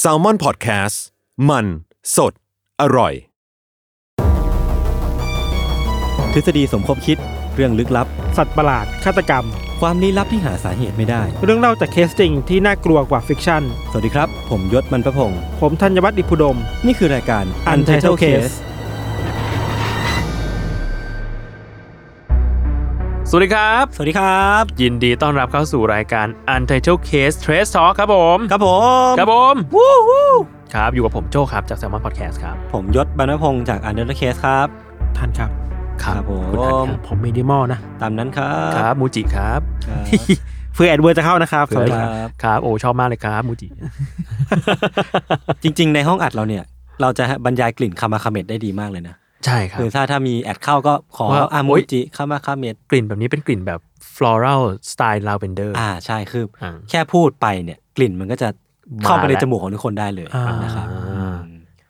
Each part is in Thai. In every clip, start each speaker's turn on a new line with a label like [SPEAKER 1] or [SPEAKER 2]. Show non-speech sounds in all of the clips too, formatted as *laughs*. [SPEAKER 1] แซลมอนพอดแคสต์มันสดอร่อย
[SPEAKER 2] ทฤษฎีสมคบคิดเรื่องลึกลับ
[SPEAKER 3] สัตว์ประหลาด ฆาตกรรม
[SPEAKER 2] ความลี้ลับที่หาสาเหตุไม่ได้
[SPEAKER 3] เรื่องเล่าจากเคสจริงที่น่ากลัวกว่าฟิกชั่น
[SPEAKER 2] สวัสดีครับ ผมยศมันประพงศ์
[SPEAKER 3] ผมธัญวัฒน์อิพุดม
[SPEAKER 2] นี่คือรายการ
[SPEAKER 3] Untitled Case
[SPEAKER 4] สวัสดีครับ
[SPEAKER 2] สวัสดีครับ
[SPEAKER 4] ยินดีต้อนรับเข้าสู่รายการ Untitled Case Trace Talk ครับผม
[SPEAKER 2] ครับผม
[SPEAKER 4] ครับผม
[SPEAKER 2] วู้วู้
[SPEAKER 4] ครับอยู่กับผมโจครับจาก Salmon Podcast ครับ
[SPEAKER 2] ผมยศบรรณพงศ์จาก u n t i t l e d Case ครับ
[SPEAKER 3] ทันครับ
[SPEAKER 2] ครับผม
[SPEAKER 4] คุณอันครับผมมินิมอลนะ
[SPEAKER 2] ตามนั้นครับ
[SPEAKER 4] ครับมูจิครับ
[SPEAKER 2] ครับ *laughs*
[SPEAKER 3] เพื่อแอดเวอร์จะเข้านะครับ
[SPEAKER 4] เผื่
[SPEAKER 3] ส
[SPEAKER 4] อ
[SPEAKER 3] วัส
[SPEAKER 4] ได้
[SPEAKER 2] ค
[SPEAKER 3] ดีค
[SPEAKER 2] รั
[SPEAKER 3] รับ บ
[SPEAKER 4] ครับโอ้ชอบมากเลยครับมูจิ
[SPEAKER 2] จริง ๆ ในห้องอัดเราเนี่ย เราจะบรรยายกลิ่นคามาคาเมตได้ดีมากเลยนะ
[SPEAKER 4] ใช่ครับ
[SPEAKER 2] คือถ้าถ้ามีแอดเข้าก็ขอ
[SPEAKER 4] ว่า
[SPEAKER 2] อา
[SPEAKER 4] โอ๊
[SPEAKER 2] มู
[SPEAKER 4] ย
[SPEAKER 2] จิคามาคาเมต
[SPEAKER 4] กลิ่นแบบนี้เป็นกลิ่นแบบ floral style lavender
[SPEAKER 2] อ่าใช่คืออา แค่พูดไปเนี่ยกลิ่นมันก็จะเข้าไป
[SPEAKER 4] มา
[SPEAKER 2] ใน
[SPEAKER 4] แล้ว
[SPEAKER 2] จมูกของทุกคนได้เลย
[SPEAKER 4] อ่าน
[SPEAKER 2] นะครับ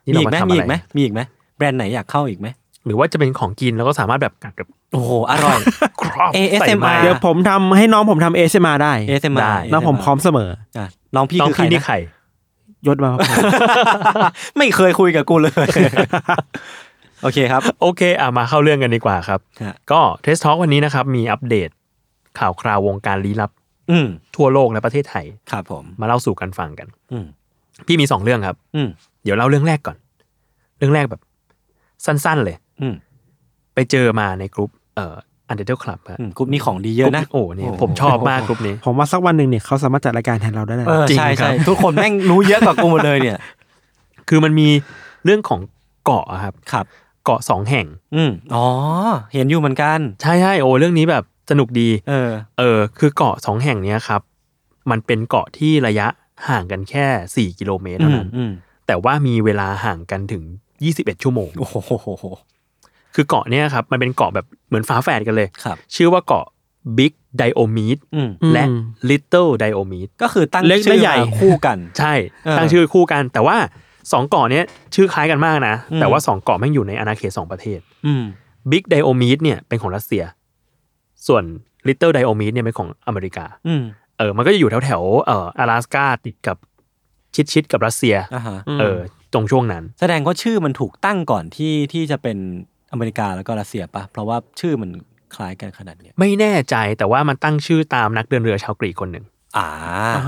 [SPEAKER 4] นี่
[SPEAKER 2] มี
[SPEAKER 4] เรา
[SPEAKER 2] อีกไหมมี
[SPEAKER 4] มาทำ
[SPEAKER 2] อี
[SPEAKER 4] อะไร
[SPEAKER 2] กไหมมีอีกไหมแบรนด์ไหนอยากเข้าอีกไหม
[SPEAKER 4] หรือว่าจะเป็นของกินแล้วก็สามารถแบบกัดกับ
[SPEAKER 2] โอ้โห อร่อย
[SPEAKER 4] ครอบ
[SPEAKER 2] ASMR
[SPEAKER 4] ใส่ไม้
[SPEAKER 2] อ่า
[SPEAKER 3] เดี๋ยวผมทำให้น้องผมทำเอ r มาได้
[SPEAKER 2] ASMR
[SPEAKER 4] ได้
[SPEAKER 3] น้องผมพร้อมเสมอ
[SPEAKER 2] อ่ะน้องพี่
[SPEAKER 4] ต้อง
[SPEAKER 2] คือใคร
[SPEAKER 4] พี่นี่
[SPEAKER 2] นะ
[SPEAKER 4] ไข่
[SPEAKER 3] ยศมาครับ
[SPEAKER 2] *laughs* ไม่เคยคุยกับกูเลย โอเคครับ
[SPEAKER 4] โอเคอ่ะมาเข้าเรื่องกันดีกว่าครับ
[SPEAKER 2] ฮะ
[SPEAKER 4] ก็เทสทอ k วันนี้นะครับมีอัปเดต ข่าวคราววงการลี้ลับ
[SPEAKER 2] อืม
[SPEAKER 4] ทั่วโลกและประเทศไทย
[SPEAKER 2] ครับผม
[SPEAKER 4] มาเล่าสู่กันฟังกัน
[SPEAKER 2] อืม
[SPEAKER 4] พี่มีสองเรื่องครับ
[SPEAKER 2] อืม
[SPEAKER 4] เดี๋ยวเล่าเรื่องแรกก่อน เรื่องแรกแบบ สั้นๆเลย
[SPEAKER 2] อืม
[SPEAKER 4] ไปเจอมาในกลุ่มเอ่ออันเดอร์คลับ
[SPEAKER 2] อืมกลุ่มนี้ของดีเยอะนะ
[SPEAKER 4] โอ้เนี่ยผมชอบ
[SPEAKER 2] *laughs*
[SPEAKER 4] มากกลุ่มนี้
[SPEAKER 3] ผมว่าสักวันหนึ่งเนี่ยเขาสามารถจัดรายการแทนเราได้แล้ว
[SPEAKER 2] เออ
[SPEAKER 4] จริง
[SPEAKER 2] ใช่
[SPEAKER 4] ครั
[SPEAKER 2] ใช่
[SPEAKER 4] บ
[SPEAKER 2] *laughs* ทุกคนแม่งรู้เยอะกว่ากูหมดเลยเนี่ย
[SPEAKER 4] คือมันมีเรื่องของเกาะอะครับ
[SPEAKER 2] ครับ
[SPEAKER 4] เกาะสองแห่ง
[SPEAKER 2] อืมอ๋อ เห็นอยู่เหมือนกัน
[SPEAKER 4] ใช่ใช่โอ้เรื่องนี้แบบสนุกดี
[SPEAKER 2] เออ
[SPEAKER 4] เออ คือเกาะสองแห่งเนี้ยครับ มันเป็นเกาะที่ระยะห่างกันแค่สี่กิโลเมตร
[SPEAKER 2] อื
[SPEAKER 4] เท่าม นั้น
[SPEAKER 2] อืม
[SPEAKER 4] แต่ว่ามีเวลาห่างกันถึงยี่สิบเอ็ดชั่วโมง
[SPEAKER 2] โอ้โห
[SPEAKER 4] คือเกาะเนี้ยครับ มันเป็นเกาะแบบเหมือนฝาแฝดกันเลย
[SPEAKER 2] ครับ
[SPEAKER 4] ชื่อว่าเกาะบิ๊กไดโอมีด
[SPEAKER 2] อืม
[SPEAKER 4] และ Little d i o m e d
[SPEAKER 2] ก็คือตั้ง
[SPEAKER 3] เล็กและ
[SPEAKER 2] ชื่อ
[SPEAKER 3] ใหญ่
[SPEAKER 2] มาคู่กัน
[SPEAKER 4] ใช่
[SPEAKER 2] เออ
[SPEAKER 4] ตั้งชื่อคู่กัน แต่ว่าสองเกาะเนี้ยชื่อคล้ายกันมากนะ
[SPEAKER 2] อืม
[SPEAKER 4] แต่ว่าสองเกาะแม่งอยู่ในอาณาเขตสองประเทศ
[SPEAKER 2] อืม
[SPEAKER 4] Big d i o m e d เนี่ยเป็นของรัสเซีย ส่วน Little d i o m e d เนี่ยเป็นของอเมริกา
[SPEAKER 2] อืม
[SPEAKER 4] เออ มันก็จะอยู่แถวแถวๆเอ่อ阿拉斯าติดกับชิดชิดๆกับรัสเซีย
[SPEAKER 2] อ่าฮะ
[SPEAKER 4] เออ ตรงช่วงนั้น
[SPEAKER 2] แสดงว่าชื่อมันถูกตั้งก่อนที่ที่จะเป็นอเมริกาแล้วก็รัสเซียปะเพราะว่าชื่อมันคล้ายกันขนาดเนี้ย
[SPEAKER 4] ไม่แน่ใจแต่ว่ามันตั้งชื่อตามนักเดินเรือชาวกรีกคนหนึ่ง
[SPEAKER 2] อ่า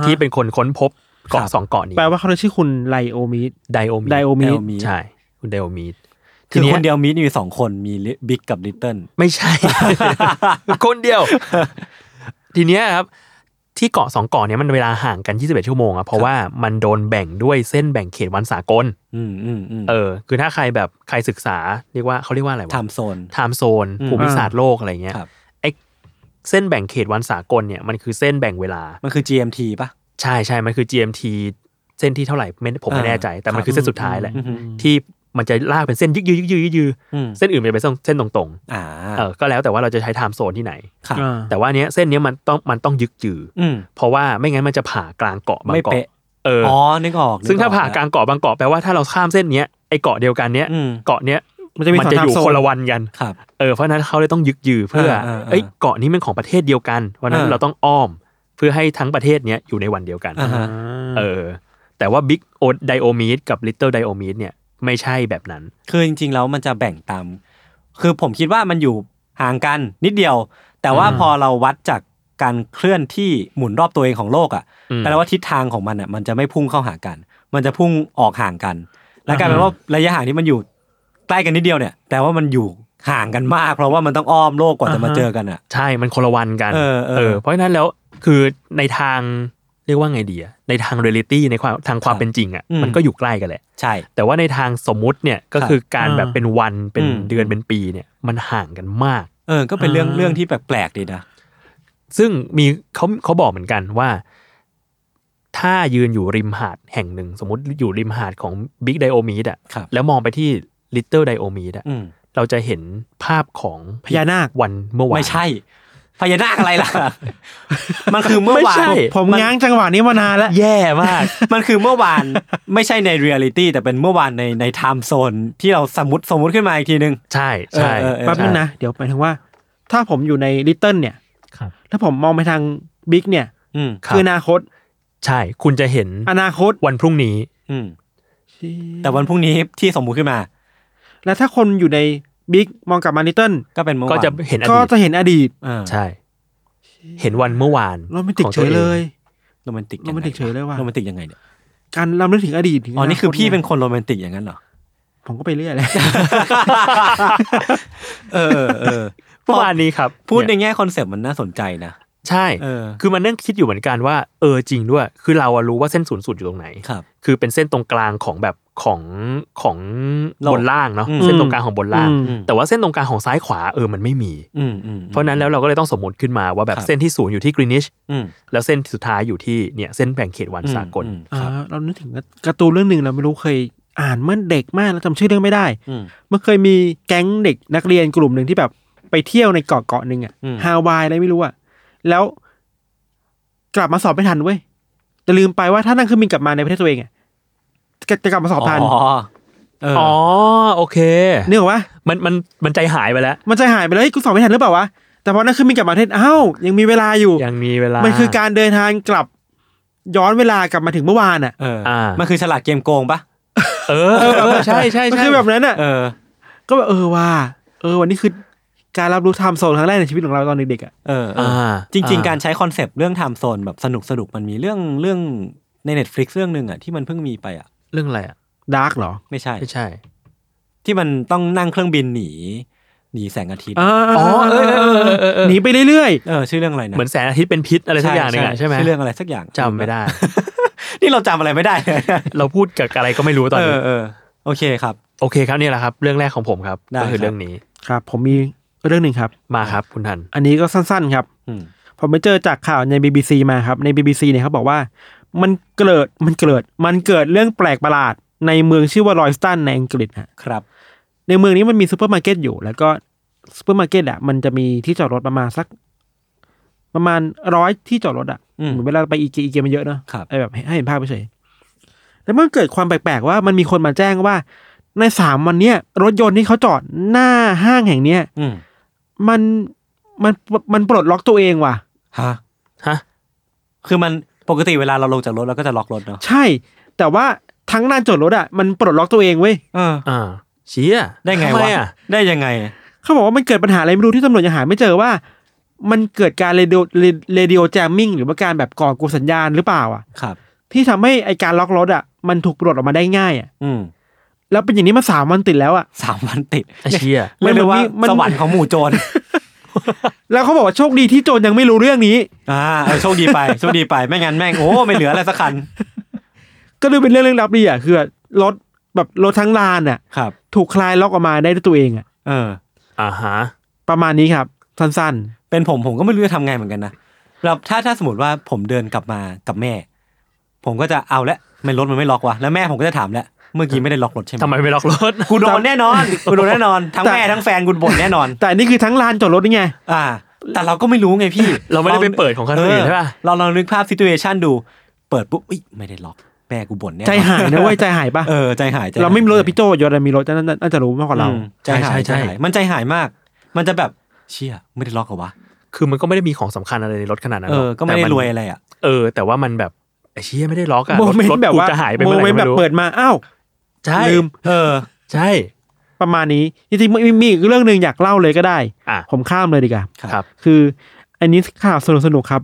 [SPEAKER 4] ที่เป็นคนค้นพบเกาะ
[SPEAKER 2] ครับ
[SPEAKER 4] สองเกาะนี้
[SPEAKER 3] แปลว่าเขาได้ชื่อคุณไลโอมิด
[SPEAKER 4] ไดโอมี
[SPEAKER 3] ไดโอมีด
[SPEAKER 4] ใช่คุณไดโอมี
[SPEAKER 2] คือคนเดียวมีอยู่สองคนมีบิ๊กกับลิตเติ้ล
[SPEAKER 4] ไม่
[SPEAKER 2] *laughs*
[SPEAKER 4] ใช่ คนเดียว ทีเนี้ยครับ ที่เกาะสองเกาะเนี้ยมันเวลาห่างกัน 21 ชั่วโมงอะเพราะว่ามันโดนแบ่งด้วยเส้นแบ่งเขตวันสากล
[SPEAKER 2] อืมอืมอืม
[SPEAKER 4] เออ คือถ้าใครแบบใครศึกษาเรียกว่าเขาเรียกว่าอะไรวะ
[SPEAKER 2] ไทม์โซน
[SPEAKER 4] ไทม์โซน
[SPEAKER 2] อืม
[SPEAKER 4] ภูมิศาสตร์โลกอะไรเงี้ย
[SPEAKER 2] ครับ
[SPEAKER 4] ไอเส้นแบ่งเขตวันสากลเนี่ยมันคือเส้นแบ่งเวลา
[SPEAKER 2] มันคือ GMT ปะ
[SPEAKER 4] ใช่ใช่มันคือ GMT เส้นที่เท่าไหร่ไม่ผมไม่
[SPEAKER 2] อ่า
[SPEAKER 4] แน่ใจ แต่มั
[SPEAKER 2] ค
[SPEAKER 4] น
[SPEAKER 2] รับ
[SPEAKER 4] คือเส้นสุดท้ายแหละ
[SPEAKER 2] อือหือ
[SPEAKER 4] ที่มันจะลากเป็นเส้นยึกยือยึกยือยึกยือ
[SPEAKER 2] อืม
[SPEAKER 4] เส้นอื่นมันจะเป็นเส้นตรง
[SPEAKER 2] อ่า
[SPEAKER 4] ๆเออก็แล้วแต่ว่าเราจะใช้ไทม์โซนที่ไหน
[SPEAKER 2] ครับ
[SPEAKER 4] แต่ว่าเนี้ยเส้นเนี้ยมันต้องมันต้องยึกยืออ
[SPEAKER 2] อืม
[SPEAKER 4] เพราะว่าไม่งั้นมันจะผ่ากลางเกาะบาง
[SPEAKER 2] ไม่
[SPEAKER 4] เกาะ
[SPEAKER 2] เป๊ะ
[SPEAKER 4] เอออ
[SPEAKER 2] อ๋อ นึกออก
[SPEAKER 4] ซึ่ง
[SPEAKER 2] นึอ
[SPEAKER 4] ถ้า
[SPEAKER 2] อ
[SPEAKER 4] ผ่ากลางเกาะบางเกาะแปลว่าถ้าเราข้ามเส้นเนี้ยไอเกาะเดียวกันเนี้ย
[SPEAKER 2] อืม
[SPEAKER 4] เกาะเนี้ย
[SPEAKER 3] มันจะมีสอง
[SPEAKER 4] จะ
[SPEAKER 3] ทา
[SPEAKER 4] อ
[SPEAKER 3] ม
[SPEAKER 4] ยู่
[SPEAKER 3] โซ
[SPEAKER 4] คน
[SPEAKER 3] น
[SPEAKER 4] ละวันกัน
[SPEAKER 2] ครับ
[SPEAKER 4] เออเพราะฉะนั้นเขาเลยต้องยึกยือเพื่อ
[SPEAKER 2] เออเออเออ
[SPEAKER 4] เอ้ยเกาะนี้มันของประเทศเดียวกันเพราะฉะนั้
[SPEAKER 2] เอนอ
[SPEAKER 4] เราต้องอ้อมเพื่อให้ทั้งประเทศเนี้ยอยู่ในวันเดียวกัน
[SPEAKER 2] อ่าฮะ
[SPEAKER 4] เออแต่ว่าบิ๊กโอไดโอมีดกับลิตเติ้ลไดโอมีดเนี่ยไม่ใช่แบบนั้น
[SPEAKER 2] คือจริงๆ แล้วมันจะแบ่งตาม คือผมคิดว่ามันอยู่ห่างกันนิดเดียว แต่ว่าพอเราวัดจาก การเคลื่อนที่หมุนรอบตัวเองของโลกอ่ะ
[SPEAKER 4] อืม
[SPEAKER 2] แปลว่าทิศทางของมันอ่ะมันจะไม่พุ่งเข้าหากัน มันจะพุ่งออกห่างกัน และกลายเป็นว่าระยะห่างที่มันอยู่ใกล้กันนิดเดียวเนี่ยแปลว่ามันอยู่ห่างกันมาก เพราะว่ามันต้องอ้อมโลกกว่าจะมาเจอกันอ่ะ
[SPEAKER 4] ใช่ มันคนละวันกัน
[SPEAKER 2] เออเออ
[SPEAKER 4] เพราะฉะนั้นแล้วคือในทางเรียกว่าไงดีอะในทางเรียลิตี้ในความทางความ
[SPEAKER 2] ครับ
[SPEAKER 4] เป็นจริงอะ
[SPEAKER 2] อืม
[SPEAKER 4] มันก็อยู่ใกล้กันแหละ
[SPEAKER 2] ใช่
[SPEAKER 4] แต่ว่าในทางสมมุติเนี่ยก็คือการ
[SPEAKER 3] อ่า
[SPEAKER 4] แบบเป็นวันเป็น
[SPEAKER 2] อืม
[SPEAKER 4] เดือนเป็นปีเนี่ยมันห่างกันมาก
[SPEAKER 2] เออ ก็เป็นเรื่อง
[SPEAKER 3] อ่า
[SPEAKER 2] เรื่องที่แปลกๆดีนะ
[SPEAKER 4] ซึ่งมีเขาเขาบอกเหมือนกันว่า ถ้ายืนอยู่ริมหาดแห่งหนึ่ง สมมติอยู่ริมหาดของบิ๊กไดโอมีดอะ
[SPEAKER 2] ครับ
[SPEAKER 4] แล้วมองไปที่ลิตเติ d ลไดโอมีดอะ
[SPEAKER 2] อืม
[SPEAKER 4] เราจะเห็นภาพของ
[SPEAKER 3] พญานาค
[SPEAKER 4] วันเมื่อวาน
[SPEAKER 2] ไม่ใช่พญานาคอะไร *laughs* ล่ะ มันคือเมื่อวา
[SPEAKER 4] ไม่ใช่
[SPEAKER 2] น
[SPEAKER 3] ผม
[SPEAKER 2] มัน
[SPEAKER 3] ง้างจังหวะนี้มานานแล้ว
[SPEAKER 4] แย่มาก
[SPEAKER 2] *laughs* มันคือเมื่อวาน ไม่ใช่ในเรียลิตี้แต่เป็นเมื่อวานในในไทม์โซนที่เราสมมติสมมติขึ้นมาอีกทีนึง
[SPEAKER 4] ใช่ใช่
[SPEAKER 2] เออเออเออ
[SPEAKER 3] แป๊บนึงนะ เดี๋ยวหมายถึงว่า ถ้าผมอยู่ในลิตเติ้ลเนี่ย
[SPEAKER 4] ครับ
[SPEAKER 3] ถ้าผมมองไปทางบิ๊กเนี่ย
[SPEAKER 2] อืม
[SPEAKER 4] รับ
[SPEAKER 3] คืออนาคต
[SPEAKER 4] ใช่ คุณจะเห็น
[SPEAKER 3] อนาคต
[SPEAKER 4] วันพรุ่งนี้
[SPEAKER 2] อืมแต่วันพรุ่งนี้ที่สมมุติขึ้นมา
[SPEAKER 3] แล้วถ้าคนอยู่ในบิ๊กมองกลับมาลิตเติ้ล
[SPEAKER 2] ก็เป็นเมื่อวาน
[SPEAKER 4] ก็จะเห็นอ
[SPEAKER 3] ก็
[SPEAKER 4] ดีต
[SPEAKER 3] จะเห็นอดีต
[SPEAKER 2] อ่า
[SPEAKER 4] ใช่ เห็นวันเมื่อวาน
[SPEAKER 3] โรแมนติก
[SPEAKER 4] ของ
[SPEAKER 3] เฉ
[SPEAKER 4] วย อง
[SPEAKER 3] เลย
[SPEAKER 2] โรแมนติก
[SPEAKER 3] โรแมนติกเฉยเลยว่ะ
[SPEAKER 2] โรแมนติกยังไงเนี่ย
[SPEAKER 3] การรำลึกถึงอดีตถึง
[SPEAKER 2] อ๋อนี่คือพี่
[SPEAKER 3] ต
[SPEAKER 2] เป็นคนโรแมนติกอย่างนั้นเหรอ
[SPEAKER 3] ผมก็ไปเรื่อยแหละ
[SPEAKER 2] เออเออ
[SPEAKER 4] เมื่อวานนี้ครับ
[SPEAKER 2] พูดใน
[SPEAKER 4] เนี่ย
[SPEAKER 2] แง่คอนเซปต์มันน่าสนใจนะ
[SPEAKER 4] ใช่
[SPEAKER 2] เออ
[SPEAKER 4] คือมันนั่งคิดอยู่เหมือนกันว่าเออจริงด้วย คือเราอะรู้ว่าเส้นศูนย์สูตรอยู่ตรงไหน
[SPEAKER 2] ครับ
[SPEAKER 4] คือเป็นเส้นตรงกลางของแบบของของ
[SPEAKER 2] โลก
[SPEAKER 4] บนล่างเนาะ
[SPEAKER 2] อืม
[SPEAKER 4] เส้นตรงกลางของบนล่าง
[SPEAKER 3] อืม
[SPEAKER 4] แต่ว่าเส้นตรงกลางของซ้ายขวาเออมันไม่มี
[SPEAKER 2] อืมอืม
[SPEAKER 4] เพราะฉะนั้นแล้วเราก็เลยต้องสมมติขึ้นมาว่าแบ
[SPEAKER 2] ค
[SPEAKER 4] บ
[SPEAKER 2] รับ
[SPEAKER 4] เส้นที่ศูนย์อยู่ที่กรีนิช
[SPEAKER 2] อืม
[SPEAKER 4] แล้วเส้นสุดท้ายอยู่ที่เนี่ยเส้นแบ่งเขตวันสากล
[SPEAKER 2] อืม
[SPEAKER 3] อ่า
[SPEAKER 2] ครับ
[SPEAKER 3] เรานึกถึงการ์ตูนเรื่องหนึ่งเราไม่รู้เคยอ่านเมื่อเด็กมากแล้วจำชื่อเรื่องไม่ได้
[SPEAKER 2] อืม
[SPEAKER 3] มันเคยมีแก๊งเด็กนักเรียนกลุ่มหนึ่งที่แบบไปเที่ยวในเกาะเกาะหนึ่งอะ
[SPEAKER 2] อืม
[SPEAKER 3] ฮาวายอะไรไม่รู้อะแล้วกลับมาสอบไม่ทันเว้ยแต่ลืมไปว่าถ้านั่งเครื่องบินกลับมาในประเทศตัวเองอะจะจะกลับมาสอบทัน
[SPEAKER 2] อ๋อเออ
[SPEAKER 4] อ๋อโอเค
[SPEAKER 3] นึกออกปะ
[SPEAKER 4] มันมันมันใจหายไปแล้ว
[SPEAKER 3] มันจะหายไปแล้วเฮ้ยกูสอบไม่ทันหรือเปล่าวะแต่พอนั่งเครื่องบินกลับมาประเทศอ้าวยังมีเวลาอยู่
[SPEAKER 4] ยังมีเวลา
[SPEAKER 3] มั
[SPEAKER 4] มัน
[SPEAKER 3] คือการเดินทางกลับย้อนเวลากลับมาถึงเมื่อวานอะ
[SPEAKER 2] เอออา มันคือฉลาดเกมโกงปะ
[SPEAKER 4] เออเออเออใช่ใช่
[SPEAKER 3] มัน
[SPEAKER 4] ใช่
[SPEAKER 3] คือแบบนั้นอะ
[SPEAKER 2] เออ
[SPEAKER 3] ก็แบบเออว่า เออวันนี้คือการรับรู้ไทม์โซนครั้งแรกในชีวิตของเราตอนเด็กๆอ่ะ
[SPEAKER 2] เออเอ
[SPEAKER 4] อ่า
[SPEAKER 2] ออจริง
[SPEAKER 4] อ่
[SPEAKER 2] ๆ การใช้คอนเซปต์เรื่องไทม์โซนแบบสนุกสนุกๆมันมีเรื่องเรื่องใน Netflix เรื่องหนึ่งอ่ะที่มันเพิ่งมีไปอ่ะ
[SPEAKER 4] เรื่องอะไรอ่ะ
[SPEAKER 3] ดาร์กเหรอ
[SPEAKER 2] ไม่ใช่
[SPEAKER 4] ไม่ใช่
[SPEAKER 2] ที่มันต้องนั่งเครื่องบินหนี หนีแสงอาทิตย์
[SPEAKER 3] อ๋อ
[SPEAKER 4] อ๋อเออเออเออเออเออ
[SPEAKER 3] หนีไปเรื่อย
[SPEAKER 2] เออ ชื่อเรื่องอะไรนะ
[SPEAKER 4] เหมือนแสงอาทิตย์เป็นพิษอะไรสักอย่างหนึงอ่ะใช่ไหม
[SPEAKER 2] ชื่อเรื่องอะไรสักอย่าง
[SPEAKER 4] จำไม่ได้
[SPEAKER 2] นี่เราจำอะไรไม่ได้
[SPEAKER 4] เราพูดกับอะไรก็ไม่รู้ตอน
[SPEAKER 2] เอ
[SPEAKER 4] นี้
[SPEAKER 2] อเออโอเคครับ
[SPEAKER 4] โอเคครับเนี่ยแหละครับ เรื่องแรกของผมครับ
[SPEAKER 2] ได้
[SPEAKER 4] ก็คื
[SPEAKER 2] ครับ
[SPEAKER 4] อเรื่องนี้
[SPEAKER 3] ๆ ครับ ผมมีเรื่องหนึ่งครับ
[SPEAKER 4] มาครับคุณทัน
[SPEAKER 3] อันนี้ก็สั้นๆครับ
[SPEAKER 2] อืม
[SPEAKER 3] ผมไปเจอจากข่าวใน BBC มาครับ ใน BBC เนี่ยเขาบอกว่า มันเกิดมันเกิดมันเกิดเรื่องแปลกประหลาด ในเมืองชื่อว่าลอยสตันในอังกฤษฮะ
[SPEAKER 2] ครับ
[SPEAKER 3] ในเมืองนี้มันมีซูเปอร์มาร์เก็ตอยู่ แล้วก็ซูเปอร์มาร์เก็ตอ่ะมันจะมีที่จอดรถประมาณสัก ประมาณร้อยที่จอดรถอ่ะ
[SPEAKER 2] อืม
[SPEAKER 3] เหมือนเวลาไปอีเกียอีเกียมันเยอะเนอะ
[SPEAKER 2] ครับ
[SPEAKER 3] ไอแบบให้เห็นภาพเฉยๆแล้วมันเกิดความแปลกๆว่ามันมีคนมาแจ้งว่า ในสามวันเนี้ยรถยนต์ที่เขาจอดหน้าห้างแห่งเนี้ย
[SPEAKER 2] อืม
[SPEAKER 3] มันมันมันปลดล็อกตัวเองว่ะ
[SPEAKER 2] ฮะ
[SPEAKER 4] ฮะ
[SPEAKER 2] คือมันปกติเวลาเราลงจากรถเราก็จะล็อกรถเนาะ
[SPEAKER 3] ใช่ แต่ว่าทั้งลานจอดรถอ่ะมันปลดล็อกตัวเองเว้ย
[SPEAKER 2] เออ
[SPEAKER 4] อ่าเชี้ย
[SPEAKER 2] ได้ไง
[SPEAKER 4] ทำม
[SPEAKER 2] วะ
[SPEAKER 4] อ่
[SPEAKER 2] ได้ยังไง
[SPEAKER 3] เขาบอกว่ามันเกิดปัญหาอะไรไม่รู้ที่ตำรวจยังหาไม่เจอว่า มันเกิดการเรดิโอเรดิโอแจมมิ่งหรือว่าการแบบก่อกวนสัญญาณหรือเปล่าอ่ะ
[SPEAKER 2] ครับ
[SPEAKER 3] ที่ทำให้ไอการล็อกรถอ่ะมันถูกปลดออกมาได้ง่ายอ่ะ
[SPEAKER 2] อืม
[SPEAKER 3] แล้วเป็นอย่างนี้มาสามวันติดแล้วอ่ะ
[SPEAKER 2] สามวันติด
[SPEAKER 4] ไอ้เชี้ย
[SPEAKER 2] เรียกได้ว่า
[SPEAKER 3] มัน
[SPEAKER 2] สวรรค์ของหมู่โจร
[SPEAKER 3] แล้วเขาบอกว่าโชคดีที่โจรยังไม่รู้เรื่องนี้
[SPEAKER 2] อ่าเออโชคดีไป *laughs* โชคดีไปไม่งั้นแม่งโอ้ไม่เหลืออะไรสักคัน
[SPEAKER 3] ก็ดูเป็นเรื่องลึกลับดีอ่ะคือรถแบบรถทั้งลานอ่ะ
[SPEAKER 2] ครับ
[SPEAKER 3] ถูกคลายล็อกออกมาได้ด้วยตัวเองอ่ะ
[SPEAKER 2] เออ
[SPEAKER 4] อ่าฮะ
[SPEAKER 3] ประมาณนี้ครับ สั้น
[SPEAKER 2] เป็นผมผมก็ไม่รู้จะทำไงเหมือนกันนะเราถ้าถ้าสมมติว่าผมเดินกลับมากับแม่ ผมก็จะเอาละไม่รถมันไม่ล็อกวะแล้วแม่ผมก็จะถามละเมื่อกี้ไม่ได้ล็อกรถใช่ไหม
[SPEAKER 4] ทำไมไม่ล็อกรถ
[SPEAKER 2] กูโดนแน่นอนกูโดนแน่นอนทั้งแม่ทั้งแฟนกูบ่นแน่นอน
[SPEAKER 3] ๆแต่อันนี่คือทั้งลานจอดรถนี่ไง
[SPEAKER 2] อ่า แต่เราก็ไม่รู้ไงพี่
[SPEAKER 4] เราไม่ได้ไปเปิดของคันอื่นใช่ป่ะ
[SPEAKER 2] เราลองนึกภาพซิ t u เ t ชันดู เปิดปุ๊บอุ๊ยไม่ได้ล็อกแม่กูบ่นแน่นอน
[SPEAKER 3] ใจหายนะเว้ยใจหายปะ
[SPEAKER 2] เออใจหายใจหย
[SPEAKER 3] เราไม่มีรถแต่พี่โจยอดมีรถนั่นน่าจะรู้มากกว่าเรา
[SPEAKER 2] อืมใจหาย
[SPEAKER 4] ใช่
[SPEAKER 2] ใจ
[SPEAKER 4] ใช่
[SPEAKER 2] หายมันใจหายมาก มันจะแบบเชี่ยไม่ได้ล็อกเหรอวะ
[SPEAKER 4] คือมันก็ไม่ได้มีของสำคัญอะไรในรถขนาดนั้น
[SPEAKER 2] เอ
[SPEAKER 4] หร
[SPEAKER 2] อ
[SPEAKER 4] อก
[SPEAKER 2] ก็ไม่ได้
[SPEAKER 4] แต่น
[SPEAKER 2] รวยอะไรอ่ะ
[SPEAKER 4] เออ แต่ว่ามันแบบไอ้เชี้ยไม่ได้ล็อกอะ
[SPEAKER 3] โม
[SPEAKER 4] รถ
[SPEAKER 3] เมน
[SPEAKER 4] รถ
[SPEAKER 3] ต์แบบ
[SPEAKER 4] กู
[SPEAKER 3] ว่า
[SPEAKER 4] จะหายไป
[SPEAKER 3] โม
[SPEAKER 4] เมื่อไห
[SPEAKER 3] เม
[SPEAKER 4] ร่
[SPEAKER 3] นต์
[SPEAKER 4] ก็
[SPEAKER 3] แบ
[SPEAKER 4] ไม่
[SPEAKER 3] บ
[SPEAKER 4] รู้
[SPEAKER 3] เปิดมาอ้าว
[SPEAKER 4] ใช่
[SPEAKER 3] ลืม
[SPEAKER 2] เออ
[SPEAKER 4] ใช่
[SPEAKER 3] ประมาณนี้จริงๆมีมีอีกเรื่องหนึ่งอยากเล่าเลยก็ได้
[SPEAKER 4] อ่ะ
[SPEAKER 3] ผมข้ามเลยดีกว่า
[SPEAKER 4] ครับ
[SPEAKER 3] คือ อันนี้ข่าวสนุกสนุกๆครับ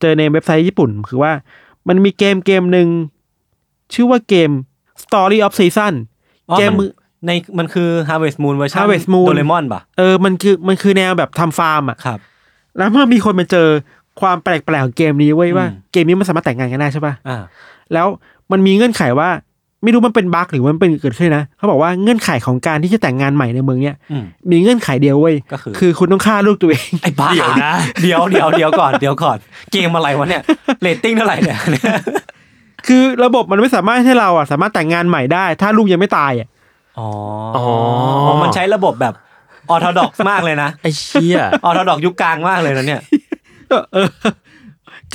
[SPEAKER 3] เจอในเว็บไซต์ญี่ปุ่นคือว่า มันมีเกมเกมหนึ่งชื่อว่าเกม Story of Season
[SPEAKER 2] อ๋อ
[SPEAKER 3] เกม
[SPEAKER 2] นในมันคือ Harvest Moon เวอร์ชัน
[SPEAKER 3] Harvest Moon
[SPEAKER 2] โดเรมอนป่ะ
[SPEAKER 3] เออมันคือมันคือแนวแบบทำฟาร์มอ่ะ
[SPEAKER 2] ครับ
[SPEAKER 3] แล้วเมื่อมีคนมาเจอความแปลกๆของเกมนี้เว้ยว่า
[SPEAKER 2] อืม
[SPEAKER 3] เกมนี้มันสามารถแต่งงานกันได้ใช่ป่ะ
[SPEAKER 2] อ่า
[SPEAKER 3] แล้วมันมีเงื่อนไขว่าไม่รู้มันเป็นบั๊กหรือมันเป็นเกิดขึ้นนะเขาบอกว่าเงื่อนไขของการที่จะแต่งงานใหม่ในเมืองเนี้ย
[SPEAKER 2] อืม
[SPEAKER 3] มีเงื่อนไขเดียวเว้ย
[SPEAKER 2] ก็คือ
[SPEAKER 3] คือคุณต้องฆ่าลูกตัวเอง
[SPEAKER 2] ไอ้บ้า
[SPEAKER 4] เดี๋ยวนะ
[SPEAKER 2] เดี๋ยวเดี๋ยวเดี๋ยวก่อนเดี๋ยวก่อน เกมอะไรวะเนี่ยเรตติ้งเท่าไหร่เนี่ย
[SPEAKER 3] คือระบบมันไม่สามารถให้เราอ่ะสามารถแต่งงานใหม่ได้ ถ้าลูกยังไม่ตายอ่ะ *laughs*
[SPEAKER 2] อ๋อ
[SPEAKER 4] อ๋อ
[SPEAKER 2] มันใช้ระบบแบบออทอดอกมากเลยนะ
[SPEAKER 4] ไอ้เชี่ย
[SPEAKER 2] ออทอดอกยุคกลางมากเลยนะเนี่ย
[SPEAKER 3] เออ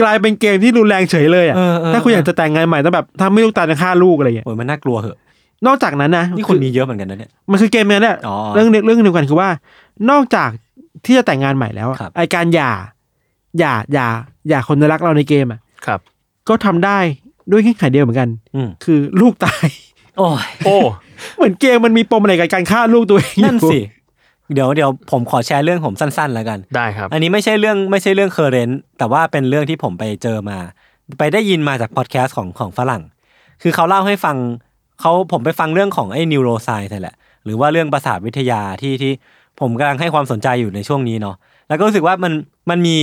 [SPEAKER 3] กลายเป็นเกมที่รุนแรงเฉยเลยอ่ะ
[SPEAKER 2] เออเออ
[SPEAKER 3] ถ้าคุณอยากจะแต่งงานใหม่ต้องแบบถ้าไม่ลูกตายจะฆ่าลูกอะไรอย่างเงี้ย
[SPEAKER 2] โอ้ยมันน่ากลัวเหอะ
[SPEAKER 3] นอกจากนั้นนะ
[SPEAKER 2] นี่คุณมีเยอะเหมือนกันนะเนี่ย
[SPEAKER 3] มันคือเกมเนี้ยแหละ
[SPEAKER 2] อ๋อ
[SPEAKER 3] เรื่องเรื่องเดียวกันคือว่า นอกจากที่จะแต่งงานใหม่แล้วอะ
[SPEAKER 2] ครับ
[SPEAKER 3] ไอการหย่าหย่าหย่าหย่าคนรักเราในเกมอ่ะ
[SPEAKER 4] ครับ
[SPEAKER 3] ก็ทำได้ด้วยเงื่อนไขเดียวเหมือนกัน
[SPEAKER 2] อืม
[SPEAKER 3] คือลูกตาย *laughs*
[SPEAKER 2] โอ้ย
[SPEAKER 4] โอ้
[SPEAKER 3] เหมือนเกมมันมีปมอะไรกับการฆ่าลูกตัวเองอยู่
[SPEAKER 2] นั่นสิ เดี๋ยวเดี๋ยวผมขอแชร์เรื่องผมสั้นๆแล้วกัน
[SPEAKER 4] ได้ครับ
[SPEAKER 2] อันนี้ไม่ใช่เรื่องไม่ใช่เรื่องเคอร์เรนต์แต่ว่าเป็นเรื่องที่ผมไปเจอมา ไปได้ยินมาจากพอดแคสต์ของของฝรั่ง คือเขาเล่าให้ฟังเขาผมไปฟังเรื่องของไอ้นิวโรไซน์นี่นแหละ หรือว่าเรื่องประสาทวิทยาที่ที่ผมกำลังให้ความสนใจอยู่ในช่วงนี้เนาะแล้วก็รู้สึกว่ามันมันมี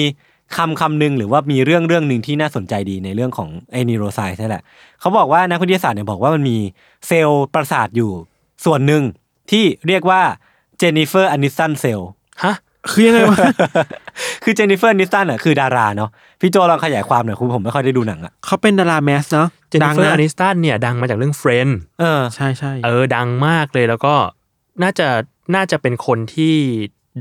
[SPEAKER 2] คำคำหนึ่งหรือว่ามีเรื่องเรื่องหนึ่งที่น่าสนใจดีในเรื่องของไอ้นิวโรไซน์นี่นแหละ เขาบอกว่านักวิทยาศาสตร์เนี่ยบอกว่ามันมีเซลล์ประสาทอยู่ส่วนหนึ่งที่เรียกว่าเจนิเฟอร์อนิสันเซล
[SPEAKER 4] ฮะ
[SPEAKER 3] คือยังไงวะ
[SPEAKER 2] *laughs* คือเจนนิเฟอร์นิสตันอ่ะคือดาราเนาะพี่โจลองขยายความหน่อยคุณผมไม่ค่อยได้ดูหนังอ่ะ
[SPEAKER 3] เขาเป็นดาราแมสเนาะ
[SPEAKER 4] เจนนิ
[SPEAKER 3] ดัง
[SPEAKER 4] เฟอร์
[SPEAKER 3] นะ
[SPEAKER 4] อานิสตันเนี่ยดังมาจากเรื่องเฟรน
[SPEAKER 2] เออ
[SPEAKER 3] ใช่ใช่
[SPEAKER 4] เออ ดังมากเลยแล้วก็น่าจะน่าจะเป็นคนที่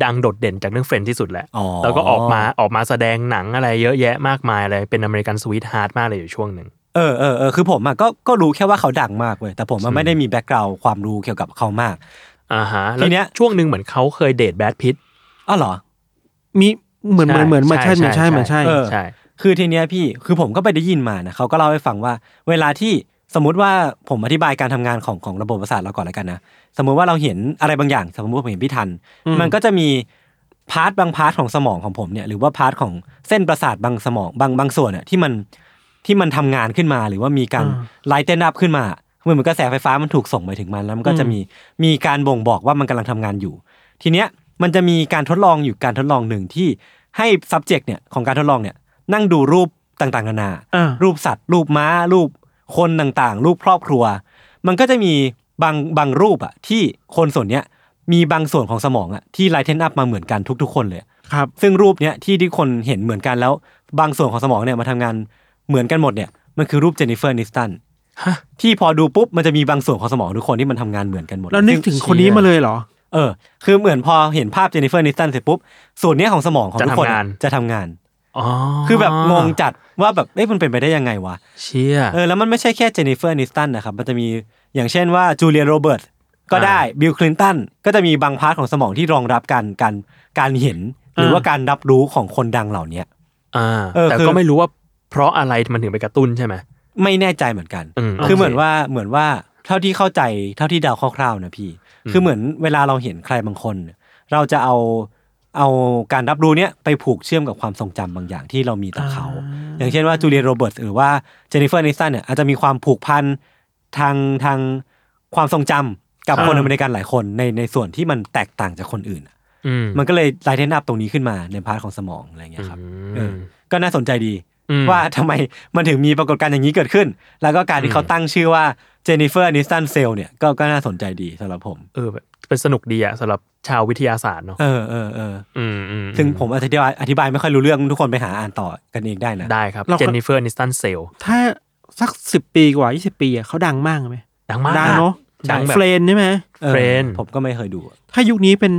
[SPEAKER 4] ดังโดดเด่นจากเรื่องเฟรนด์ที่สุดแหละ
[SPEAKER 2] อ๋อ
[SPEAKER 4] แล้วก็ออกมาออกมาแสดงหนังอะไรเยอะแยะมากมายเลยเป็นอเมริกันสวีทฮาร์ดมากเลยอยู่ช่วงหนึ่ง
[SPEAKER 2] เออเออเออคือผมอ่ะก็ก็รู้แค่ว่าเขาดังมากเว้ยแต่ผม
[SPEAKER 4] อื
[SPEAKER 2] อะ
[SPEAKER 4] ม
[SPEAKER 2] ไม่ได้มีแบ็กกราวความรู้เกี่ยวกับเขามาก
[SPEAKER 4] อ่าฮะแล้ว
[SPEAKER 2] ทีเนี้ย
[SPEAKER 4] ช่วงหนึ่งเหมือนเขาเคยเดทแบทพิท
[SPEAKER 2] อ้าวเหรอ
[SPEAKER 3] มีเหมือนเหมือนเหมือนมา
[SPEAKER 4] ใช่
[SPEAKER 3] ใช่เหมือนใช่เหมือน
[SPEAKER 2] เออ
[SPEAKER 4] ใช่
[SPEAKER 3] ใช่
[SPEAKER 4] ใช่
[SPEAKER 2] คือทีเนี้ยพี่คือผมก็ไปได้ยินมานะเขาก็เล่าให้ฟังว่า เวลาที่สมมติว่าผมอธิบายการทำงานของของระบบประสาทเราก่อนแล้วกันนะสมมุติว่าเราเห็นอะไรบางอย่าง สมมติว่าผมเห็นพี่ทัน มันก็จะมีพาร์ทบางพาร์ทของสมองของผมเนี่ยหรือว่าพาร์ทของเส้นประสาทบางสมองบางบางส่วนเนี่ยที่มันที่มันทำงานขึ้นมา หรือว่ามีการไลท์เต้นอัพขึ้นมาเหมือนเหมือนกระแสไฟฟ้ามันถูกส่งไปถึงมันแล้วมันก็จะมีมีการบ่งบอกว่ามันกำลังทำงานอยู่ ทีเนี้ยมันจะมีการทดลองอยู่การทดลองหนึ่งที่ให้ subject เนี่ยของการทดลองเนี่ยนั่งดูรูปต่างๆนานา
[SPEAKER 3] อ่า
[SPEAKER 2] รูปสัตว์ รูปม้า รูปคนต่างๆ รูปครอบครัว มันก็จะมีบางบางรูปอะที่คนส่วนเนี้ยมีบางส่วนของสมองอะที่ไลท์เทนอัพมาเหมือนกันทุกๆ คนเลย
[SPEAKER 3] ครับ
[SPEAKER 2] ซึ่งรูปเนี้ยที่ที่คนเห็นเหมือนกันแล้ว บางส่วนของสมองเนี่ยมาทำงานเหมือนกันหมดเนี่ยมันคือรูปเจนนิเฟอร์นิสตัน
[SPEAKER 4] ฮะ
[SPEAKER 2] ที่พอดูปุ๊บมันจะมีบางส่วนของสมองทุกคนที่มันทำงานเหมือนกันหมด
[SPEAKER 3] แล้วนึกถึงคนนี้มาเลยเหรอ
[SPEAKER 2] เออ คือเหมือนพอเห็นภาพเจนนิเฟอร์นิสตันเสร็จปุ๊บ ส่วนเนี้ยของสมองของทุกคน
[SPEAKER 4] จะทำงาน
[SPEAKER 2] จะทำงาน
[SPEAKER 4] อ๋อ
[SPEAKER 2] คือแบบงงจัดว่าแบบ เอ้ยมันเป็นไปได้ยังไงวะ
[SPEAKER 4] เชี่ย
[SPEAKER 2] เออ แล้วมันไม่ใช่แค่เจนนิเฟอร์นิสตันนะครับ มันจะมีอย่างเช่นว่าจูเลียโรเบิร์ตก็ได้ บิลคลินตัน ก็จะมีบางพาร์ทของสมองที่รองรับการการการเห็น หรือว่าการรับรู้ของคนดังเหล่าเนี้ย
[SPEAKER 4] อ่า
[SPEAKER 2] เออ
[SPEAKER 4] แต่
[SPEAKER 2] คือ
[SPEAKER 4] ก็ไม่รู้ว่าเพราะอะไรมันถึงไปกระตุ้นใช่ไหม
[SPEAKER 2] ไม่แน่ใจเหมือนกัน
[SPEAKER 4] อืม
[SPEAKER 2] คือ
[SPEAKER 4] โอเค
[SPEAKER 2] เหมือนว่าเหมือนว่าเท่าที่เข้าใจเท่าที่เดาคร่าวๆนะพี่
[SPEAKER 4] อืม
[SPEAKER 2] คือเหมือนเวลาเราเห็นใครบางคนเนี่ยเราจะเอาเอาการรับรู้เนี้ยไปผูกเชื่อมกับความทรงจำบางอย่างที่เรามีต่อเขา อย่างเช่นว่าจูเลียโรเบิร์ตหรือว่าเจนนิเฟอร์นิสตันเนี่ยอาจจะมีความผูกพันทางทางความทรงจำกับ
[SPEAKER 3] อ่า
[SPEAKER 2] คนอเมริกันหลายคนในในส่วนที่มันแตกต่างจากคนอื่น
[SPEAKER 4] อืม
[SPEAKER 2] มันก็เลยไลท์เทนอัพตรงนี้ขึ้นมาในพาร์ทของสมองอะไรเงี้ยครับ เออ ก็น่าสนใจดี
[SPEAKER 4] ม
[SPEAKER 2] ว่าทำไมมันถึงมีปรากฏการณ์อย่างนี้เกิดขึ้น แล้วก็การที่เขาตั้งชื่อว่าเจนนิเฟอร์นิสตันเซลเนี่ยก็ก็น่าสนใจดีสำหรับผม
[SPEAKER 4] เออแบบเป็นสนุกดีอะสำหรับชาววิทยาศาสตร์เนาะ
[SPEAKER 2] เออเออเออ
[SPEAKER 4] อืมอืม
[SPEAKER 2] ซึ่งผมอธิบายอธิบายไม่ค่อยรู้เรื่องทุกคนไปหาอ่านต่อกันเองได้นะ
[SPEAKER 4] ได้ครับ
[SPEAKER 3] เราก็
[SPEAKER 4] เจนนิเฟอร์นิสตันเซล
[SPEAKER 3] ถ้าสักสิบปีกว่ายี่สิบปีอ่ะเขาดังมากไหม
[SPEAKER 4] ดังมาก
[SPEAKER 3] ดังเนาะ
[SPEAKER 4] ดังแบบ
[SPEAKER 3] เฟรนใช่ไหม
[SPEAKER 2] ออ
[SPEAKER 4] Friend
[SPEAKER 2] ผมก็ไม่เคยดู
[SPEAKER 3] ถ้ายุคนี้เป็น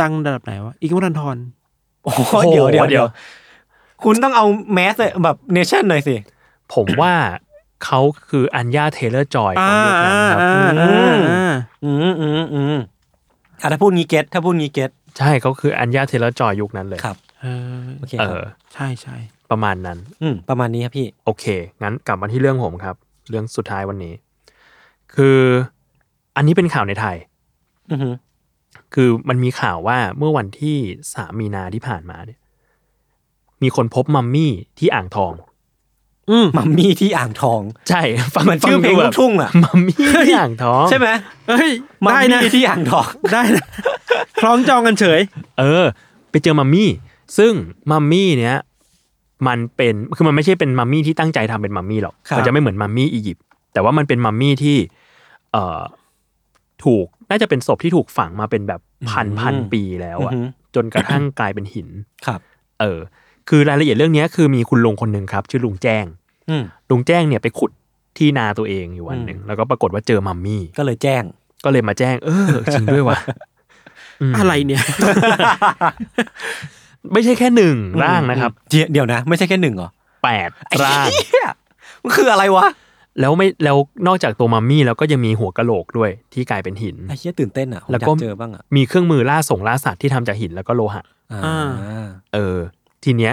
[SPEAKER 3] ดังระดับไหนวะอีกวรันทร
[SPEAKER 2] โอ้โหเดี๋ยวเดี๋ยวเดี๋ยวคุณต้องเอาแมสเลยแบบเนชั่นหน่อยสิ
[SPEAKER 4] ผมว่าเขาคืออัญญาเทเลอร์จอยของยุคนั้นครับ
[SPEAKER 3] อ่า
[SPEAKER 2] อื
[SPEAKER 3] อ่าม อ่า
[SPEAKER 2] อืมอืมอืมอ่ะถ้าพูดงี้เก็ตถ้าพูดงี้เก็ต
[SPEAKER 4] ใช่เขาคืออัญญาเทเลอร์จอยยุคนั้นเลย
[SPEAKER 2] ครับ
[SPEAKER 3] เออ
[SPEAKER 2] โอเคค
[SPEAKER 4] เอ
[SPEAKER 2] รับ
[SPEAKER 4] อ
[SPEAKER 3] ใช่ใช่
[SPEAKER 4] ประมาณนั้น
[SPEAKER 2] อืมประมาณนี้ครับพี่
[SPEAKER 4] โอเค งั้นกลับมาที่เรื่องผมครับ เรื่องสุดท้ายวันนี้ คืออันนี้เป็นข่าวในไทย
[SPEAKER 2] อือหือ
[SPEAKER 4] คือมันมีข่าวว่าเมื่อวันที่ 3 มีนาที่ผ่านมาเนี่ย มีคนพบมัมมี่ที่อ่างทอง
[SPEAKER 3] อืม
[SPEAKER 2] มัมมี่ที่อ่างทอง
[SPEAKER 4] ใช่ ฟัง
[SPEAKER 2] เหมือนชื่อเพลงลู
[SPEAKER 4] ฟัดูแบบ
[SPEAKER 2] กทุ่งอ่ะ
[SPEAKER 4] มัมมี่ที่อ่างทอง
[SPEAKER 2] ใช่ไหม
[SPEAKER 3] เอ้ย
[SPEAKER 2] มัม
[SPEAKER 3] ได้นะ
[SPEAKER 2] มี่ที่อ่างทอง
[SPEAKER 3] ได้นะ *laughs* คล้องจองกันเฉย
[SPEAKER 4] เออ ไปเจอมัมมี่ ซึ่งมัมมี่เนี้ยมันเป็นคือมันไม่ใช่เป็นมัมมี่ที่ตั้งใจทำเป็นมัมมี่หรอก
[SPEAKER 2] ครับ
[SPEAKER 4] มัจะไม่เหมือนมัมมี่อียิปต์แต่ว่ามันเป็นมัมมี่ที่ เอ่อถูกน่าจะเป็นศพที่ถูกฝังมาเป็นแบบพันพันปีแล้วอะ
[SPEAKER 2] อือหือ
[SPEAKER 4] จนกระทั่งกลายเป็นหิน
[SPEAKER 2] ครับ
[SPEAKER 4] เออ คือรายละเอียดเรื่องเนี้ยคือมีคุณลุงคนหนึ่งครับ ชื่อลุงแจ้ง
[SPEAKER 2] อืม
[SPEAKER 4] ลุงแจ้งเนี่ยไปขุดที่นาตัวเองอยู่วันหนึ่งแล้วก็ปรากฏว่าเจอมัมมี่
[SPEAKER 2] ก็เลยแจ้ง
[SPEAKER 4] ก็เลยมาแจ้ง เอ
[SPEAKER 2] *laughs*
[SPEAKER 4] อ จริงด้วยว่ะ อืม
[SPEAKER 3] อะไรเนี่ย
[SPEAKER 4] ไม่ใช่แค่หนึ่งร่างนะครับ
[SPEAKER 2] เดี๋ยวเดี๋ยวนะ ไม่ใช่แค่หนึ่งเหรอ
[SPEAKER 4] แปดร่าง
[SPEAKER 2] เหี้ยมันคืออะไรวะ
[SPEAKER 4] แล้วไม่แล้วนอกจากตัวมัมมี่แล้วก็ยังมีหัวกะโหลกด้วยที่กลายเป็นหิน
[SPEAKER 2] ไอ้เชี่ยตื่นเต้นอ่ะผม
[SPEAKER 4] แล้ว
[SPEAKER 2] อ
[SPEAKER 4] ก็
[SPEAKER 2] ยากเจอบ้างอ่ะ
[SPEAKER 4] มีเครื่องมือล่าส่งล่าสัตว์ที่ทำจากหินแล้วก็โลหะ
[SPEAKER 2] อ่า
[SPEAKER 3] อ่า
[SPEAKER 4] เออ ทีเนี้ย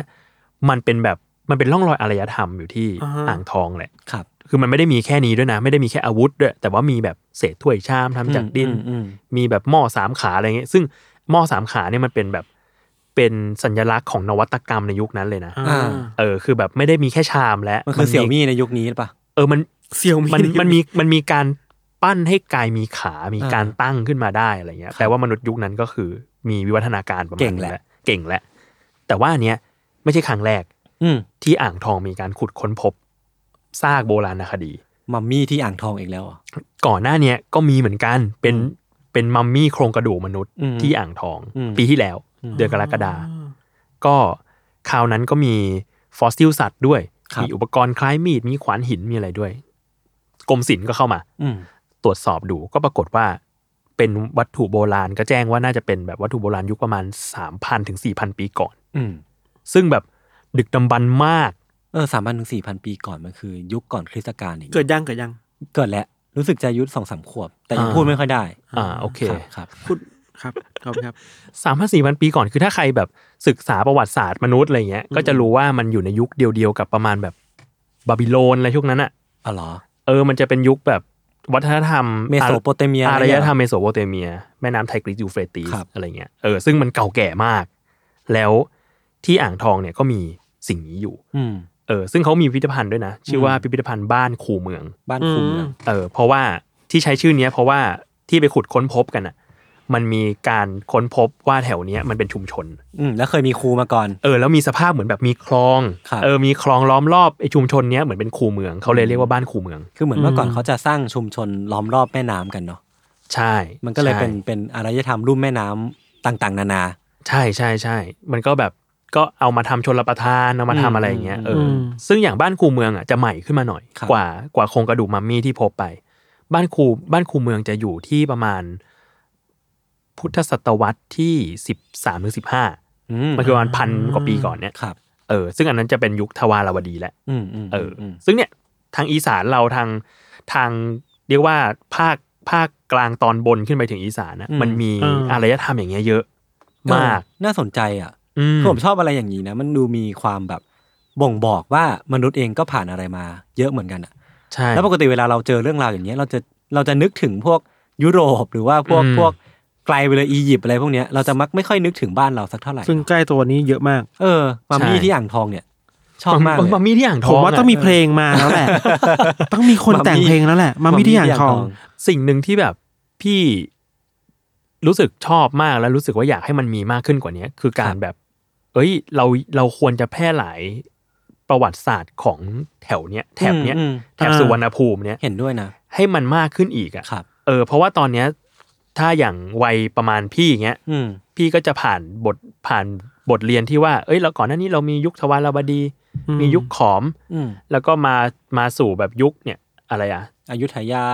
[SPEAKER 4] มันเป็นแบบมันเป็นร่องรอยอารยธรรมอยู่ที่
[SPEAKER 3] อ่าฮะ
[SPEAKER 4] อ่างทองแหละ
[SPEAKER 2] ครับ
[SPEAKER 4] คือมันไม่ได้มีแค่นี้ด้วยนะ ไม่ได้มีแค่อาวุธด้วย แต่ว่ามีแบบเศษถ้วยชามทำจากดิน
[SPEAKER 2] อืมอืมอืม
[SPEAKER 4] มีแบบหม้อสามขาอะไรเงี้ยซึ่งหม้อสามขาเนี่ยมันเป็นแบบเป็นสัญลักษณ์ของนวัตกรรมในยุคนั้นเลยนะ
[SPEAKER 2] อ่า
[SPEAKER 4] เออคือแบบไม่ได้มีแค่ชามและ
[SPEAKER 2] มันคือเสี่ยวมี่ในยุคนี้หรือเปล่า
[SPEAKER 4] เออมัน
[SPEAKER 3] เสี่ยวมี
[SPEAKER 4] มัน
[SPEAKER 3] นี่
[SPEAKER 4] มันมีมันมีการปั้นให้กายมีขา มี
[SPEAKER 2] อ่า
[SPEAKER 4] การตั้งขึ้นมาได้อะไรเงี้ยแปลว่ามนุษย์ยุคนั้นก็คือมีวิวัฒนาการประมาณ
[SPEAKER 2] เก่ง
[SPEAKER 4] นึ
[SPEAKER 2] แหละ
[SPEAKER 4] เก่งแหละ แต่ว่าอันเนี้ยไม่ใช่ครั้งแรก
[SPEAKER 2] อืม
[SPEAKER 4] ที่อ่างทองมีการขุดค้นพบซากโบราณคดี
[SPEAKER 2] มัมมี่ที่อ่างทองอีกแล้วเหรอ
[SPEAKER 4] ก่อนหน้าเนี้ยก็มีเหมือนกันเป็นเป็นมัมมี่โครงกระดูกมนุษย์
[SPEAKER 2] อืม
[SPEAKER 4] ที่อ่างทอง
[SPEAKER 2] อืม
[SPEAKER 4] ปีที่แล้ว เดือนกรกฎาก็คราวนั้นก็มีฟอสซิลสัตว์ด้วย
[SPEAKER 2] ครับ
[SPEAKER 4] มีอุปกรณ์คล้ายมีด มีขวานหินมีอะไรด้วยกรมศิลป์ก็เข้ามา
[SPEAKER 2] อืม
[SPEAKER 4] ตรวจสอบดูก็ปรากฏว่า เป็นวัตถุโบราณก็แจ้งว่าน่าจะเป็นแบบวัตถุโบราณยุคประมาณ 3,000ถึง4,000 ปีก่อน
[SPEAKER 2] อืม
[SPEAKER 4] ซึ่งแบบดึกดำบรรพ์มาก
[SPEAKER 2] เออสามพันถึงสี่พันปีก่อนมันคือ ยุคก่อนคริสตกาลอีก
[SPEAKER 3] เกิดยังเกิดยัง
[SPEAKER 2] เกิดแล้วรู้สึกจะอายุสองสามขวบ แต่ยัง
[SPEAKER 4] อ่า
[SPEAKER 2] พูดไม่ค่อยได้
[SPEAKER 4] อ่าโอเค
[SPEAKER 2] รับครับ
[SPEAKER 3] พูดครับขอบคุณครับ
[SPEAKER 4] สามพันสี่พันปีก่อนคือถ้าใครแบบศึกษาประวัติศาสตร์มนุษย์อะไรเงี้ยก็จะรู้ว่ามันอยู่ในยุคเดียวๆกับประมาณแบบบาบิโลนอะไรช่วงนั้นอะ
[SPEAKER 2] อ๋อเหรอ
[SPEAKER 4] เออมันจะเป็นยุคแบบวัฒนธรรม
[SPEAKER 2] เมโสโปเตเมีย
[SPEAKER 4] อาร
[SPEAKER 2] อะ
[SPEAKER 4] ยธรรม
[SPEAKER 2] ไรอย่างเงี้ย
[SPEAKER 4] เมโสโปเตเมีย แม่น้ำไทกรีสยูเฟรติส
[SPEAKER 2] ครับ
[SPEAKER 4] อะไรเงี้ยเออซึ่งมันเก่าแก่มาก แล้วที่อ่างทองเนี่ยก็มีสิ่งนี้อยู่
[SPEAKER 2] อืม
[SPEAKER 4] เออซึ่งเขามีพิพิธภัณฑ์ด้วยนะ ชื่อว่า
[SPEAKER 2] อืม
[SPEAKER 4] พิพิธภัณฑ์บ้านคูเมือง
[SPEAKER 2] บ้านคุมเมือง
[SPEAKER 4] เออเพราะว่าที่ใช้ชื่อเนี้ยเพราะว่าที่ไปขุดค้นพบกันอะมันมีการค้นพบว่าแถวเนี้ยมันเป็นชุมชน
[SPEAKER 2] อืม แล้วเคยมีครูมาก่อน
[SPEAKER 4] เออแล้วมีสภาพเหมือนแบบมีคลอง
[SPEAKER 2] ครับ
[SPEAKER 4] เออมีคลองล้อมรอบไอชุมชนเนี้ยเหมือนเป็นคูเมืองเขาเลยเรียกว่าบ้านคูเมือง
[SPEAKER 2] คือเหมือนเมื่อก่อนเขาจะสร้างชุมชนล้อมรอบแม่น้ำกันเนาะ
[SPEAKER 4] ใช่
[SPEAKER 2] มันก็เลย
[SPEAKER 4] ใช่
[SPEAKER 2] เป็นเป็นอารยธรรมรูปแม่น้ำต่างๆ นานา
[SPEAKER 4] ใช่ใช่ใช่มันก็แบบก็เอามาทำชนรประทานเอามาทำอะไรอย่างเงี้ยเอออ
[SPEAKER 3] ม
[SPEAKER 4] ซึ่งอย่างบ้านคูเมืองอ่ะจะใหม่ขึ้นมาหน่อย
[SPEAKER 2] ครับ
[SPEAKER 4] กว่ากว่าโครงกระดูกมัมมี่ที่พบไป บ้านคูบ้านคูเมืองจะอยู่ที่ประมาณ พุทธศตวรรษที่สิบสามถึงสิบห้า
[SPEAKER 2] อื
[SPEAKER 4] มันคือประมาณพันกว่าปีก่อนเนี่ย
[SPEAKER 2] ครับ
[SPEAKER 4] เออ ซึ่งอันนั้นจะเป็นยุคทวารวดีแหละ
[SPEAKER 2] อืมอืม
[SPEAKER 4] เอออ
[SPEAKER 2] ม
[SPEAKER 4] ซึ่งเนี่ยทางอีสานเราทางทางเรียกว่าภาคภาคกลางตอนบนขึ้นไปถึงอีสานนะ มันมี
[SPEAKER 3] เอออ
[SPEAKER 4] อารยธรรมอย่างเงี้ยเยอะมาก
[SPEAKER 2] เออน่าสนใจอ่ะ
[SPEAKER 4] อืม
[SPEAKER 2] คือผมชอบอะไรอย่างนี้นะ มันดูมีความแบบบ่งบอกว่ามนุษย์เองก็ผ่านอะไรมา เยอะเหมือนกันอะ
[SPEAKER 4] ใช่
[SPEAKER 2] แล้วปกติเวลาเราเจอเรื่องราวอย่างเงี้ยเราจะเราจะนึกถึงพวกยุโรปหรือว่าพวก
[SPEAKER 4] อืม
[SPEAKER 2] พวกไกลไปเลยอียิปต์อะไรพวกเนี้ยเราจะมักไม่ค่อยนึกถึงบ้านเราสักเท่าไหร่
[SPEAKER 3] ซึ่งใกล้ตัวนี้เยอะมาก
[SPEAKER 2] เออมามี่ที่อ่างทองเนี่ย ชอบมาก
[SPEAKER 4] บ
[SPEAKER 2] เล
[SPEAKER 4] ง
[SPEAKER 2] ย
[SPEAKER 4] บางมีที่อ่างท
[SPEAKER 3] ผ
[SPEAKER 4] อง
[SPEAKER 3] มว่าต้องมี
[SPEAKER 4] ะ
[SPEAKER 3] เพลงมาแล้วแหละ ต้องมีคน
[SPEAKER 2] มัมมี่
[SPEAKER 3] แต่งเพลงแล้วแหละ มามิที่อ่างทอง
[SPEAKER 4] สิ่งหนึ่งที่แบบพี่รู้สึกชอบมากแล้วรู้สึกว่าอยากให้มันมีมากขึ้นกว่านี้คือการแบบ เอ้ย เราเราควรจะแพร่หลายประวัติศาสตร์ของแถวเนี้ยแถบเนี้ย
[SPEAKER 2] อืม
[SPEAKER 4] แถบ
[SPEAKER 3] อ่า
[SPEAKER 4] สุวรรณภูมิเนี้ย
[SPEAKER 2] เห็นด้วยนะ
[SPEAKER 4] ให้มันมากขึ้นอีกอะ
[SPEAKER 2] ครับ
[SPEAKER 4] เออเพราะว่าตอนเนี้ยถ้าอย่างวัยประมาณพี่อย่างเงี้ย
[SPEAKER 2] อืม
[SPEAKER 4] พี่ก็จะผ่านบทผ่านบทเรียนที่ว่า เอ้ยเราก่อนหน้านี้เรามียุคทวารวดี
[SPEAKER 3] อืม
[SPEAKER 4] มียุคขอม
[SPEAKER 2] อืม
[SPEAKER 4] แล้วก็มามาสู่แบบยุคเนี่ยอะไรอะ
[SPEAKER 2] อายุทยา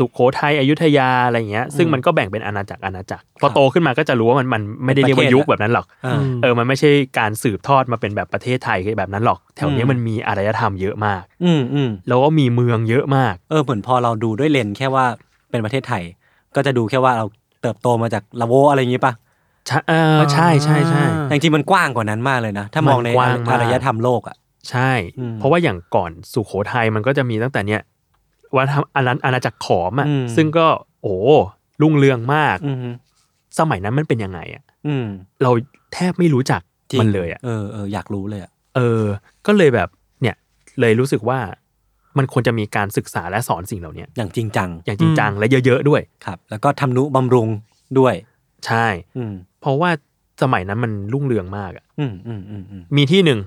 [SPEAKER 4] สุโขทัยอยุธยาอะไรเงี้ย ซึ่งมันก็แบ่งเป็นอาณาจักรอาณาจักรพอโตขึ้นมาก็จะรู้ว่ามันมันไม่ได้เรียกว่ายุคแบบนั้นหรอก
[SPEAKER 2] อ่า
[SPEAKER 3] อืม
[SPEAKER 4] เออมันไม่ใช่การสืบทอดมาเป็นแบบประเทศไทยแบบนั้นหรอกแถวเนี้ย
[SPEAKER 2] อืม
[SPEAKER 4] มันมีอารยธรรมเยอะมาก
[SPEAKER 2] อืมอืม
[SPEAKER 4] แล้วก็มีเมืองเยอะมาก
[SPEAKER 2] เออเหมือนพอเราดูด้วยเลนส์แค่ว่าเป็นประเทศไทย ก็จะดูแค่ว่าเราเติบโตมาจากละโวอะไรอย่างงี้ปะ
[SPEAKER 4] ใช่เออใช่ใช่ใช่
[SPEAKER 3] อ่า
[SPEAKER 2] แต่จริงๆมันกว้างกว่านั้นมากเลยนะ ถ้ามองใน
[SPEAKER 4] มันกว้างมาก
[SPEAKER 2] อารยธรรมโลกอ่ะ
[SPEAKER 4] ใช่
[SPEAKER 2] อืม
[SPEAKER 4] เพราะว่าอย่างก่อนสุโขทัยมันก็จะมีตั้งแต่เนี่ยวัฒนธรรมอาณาอาณาจักรขอมอ่ะ
[SPEAKER 2] อืม
[SPEAKER 4] ซึ่งก็โอ้รุ่งเรืองมาก
[SPEAKER 2] อืม
[SPEAKER 4] สมัยนั้นมันเป็นยังไงอ่ะ
[SPEAKER 2] อืม
[SPEAKER 4] เราแทบไม่รู้จัก
[SPEAKER 2] จริง
[SPEAKER 4] มันเลยอ่ะ
[SPEAKER 2] เออเอออยากรู้เลยอ่ะ
[SPEAKER 4] เออ ก็เลยแบบเนี่ยเลยรู้สึกว่ามันควรจะมีการศึกษาและสอนสิ่งเหล่านี้
[SPEAKER 2] อย่างจริงจัง
[SPEAKER 4] อย่างจริงจังและเยอะๆด้วย
[SPEAKER 2] ครับ แล้วก็ทำนุบำรุงด้วย
[SPEAKER 4] ใช่
[SPEAKER 2] อืม
[SPEAKER 4] เพราะว่าสมัยนั้นมันรุ่งเรืองมากอะ
[SPEAKER 2] อืมอืมอืมอืม
[SPEAKER 4] มีที่หนึ่ง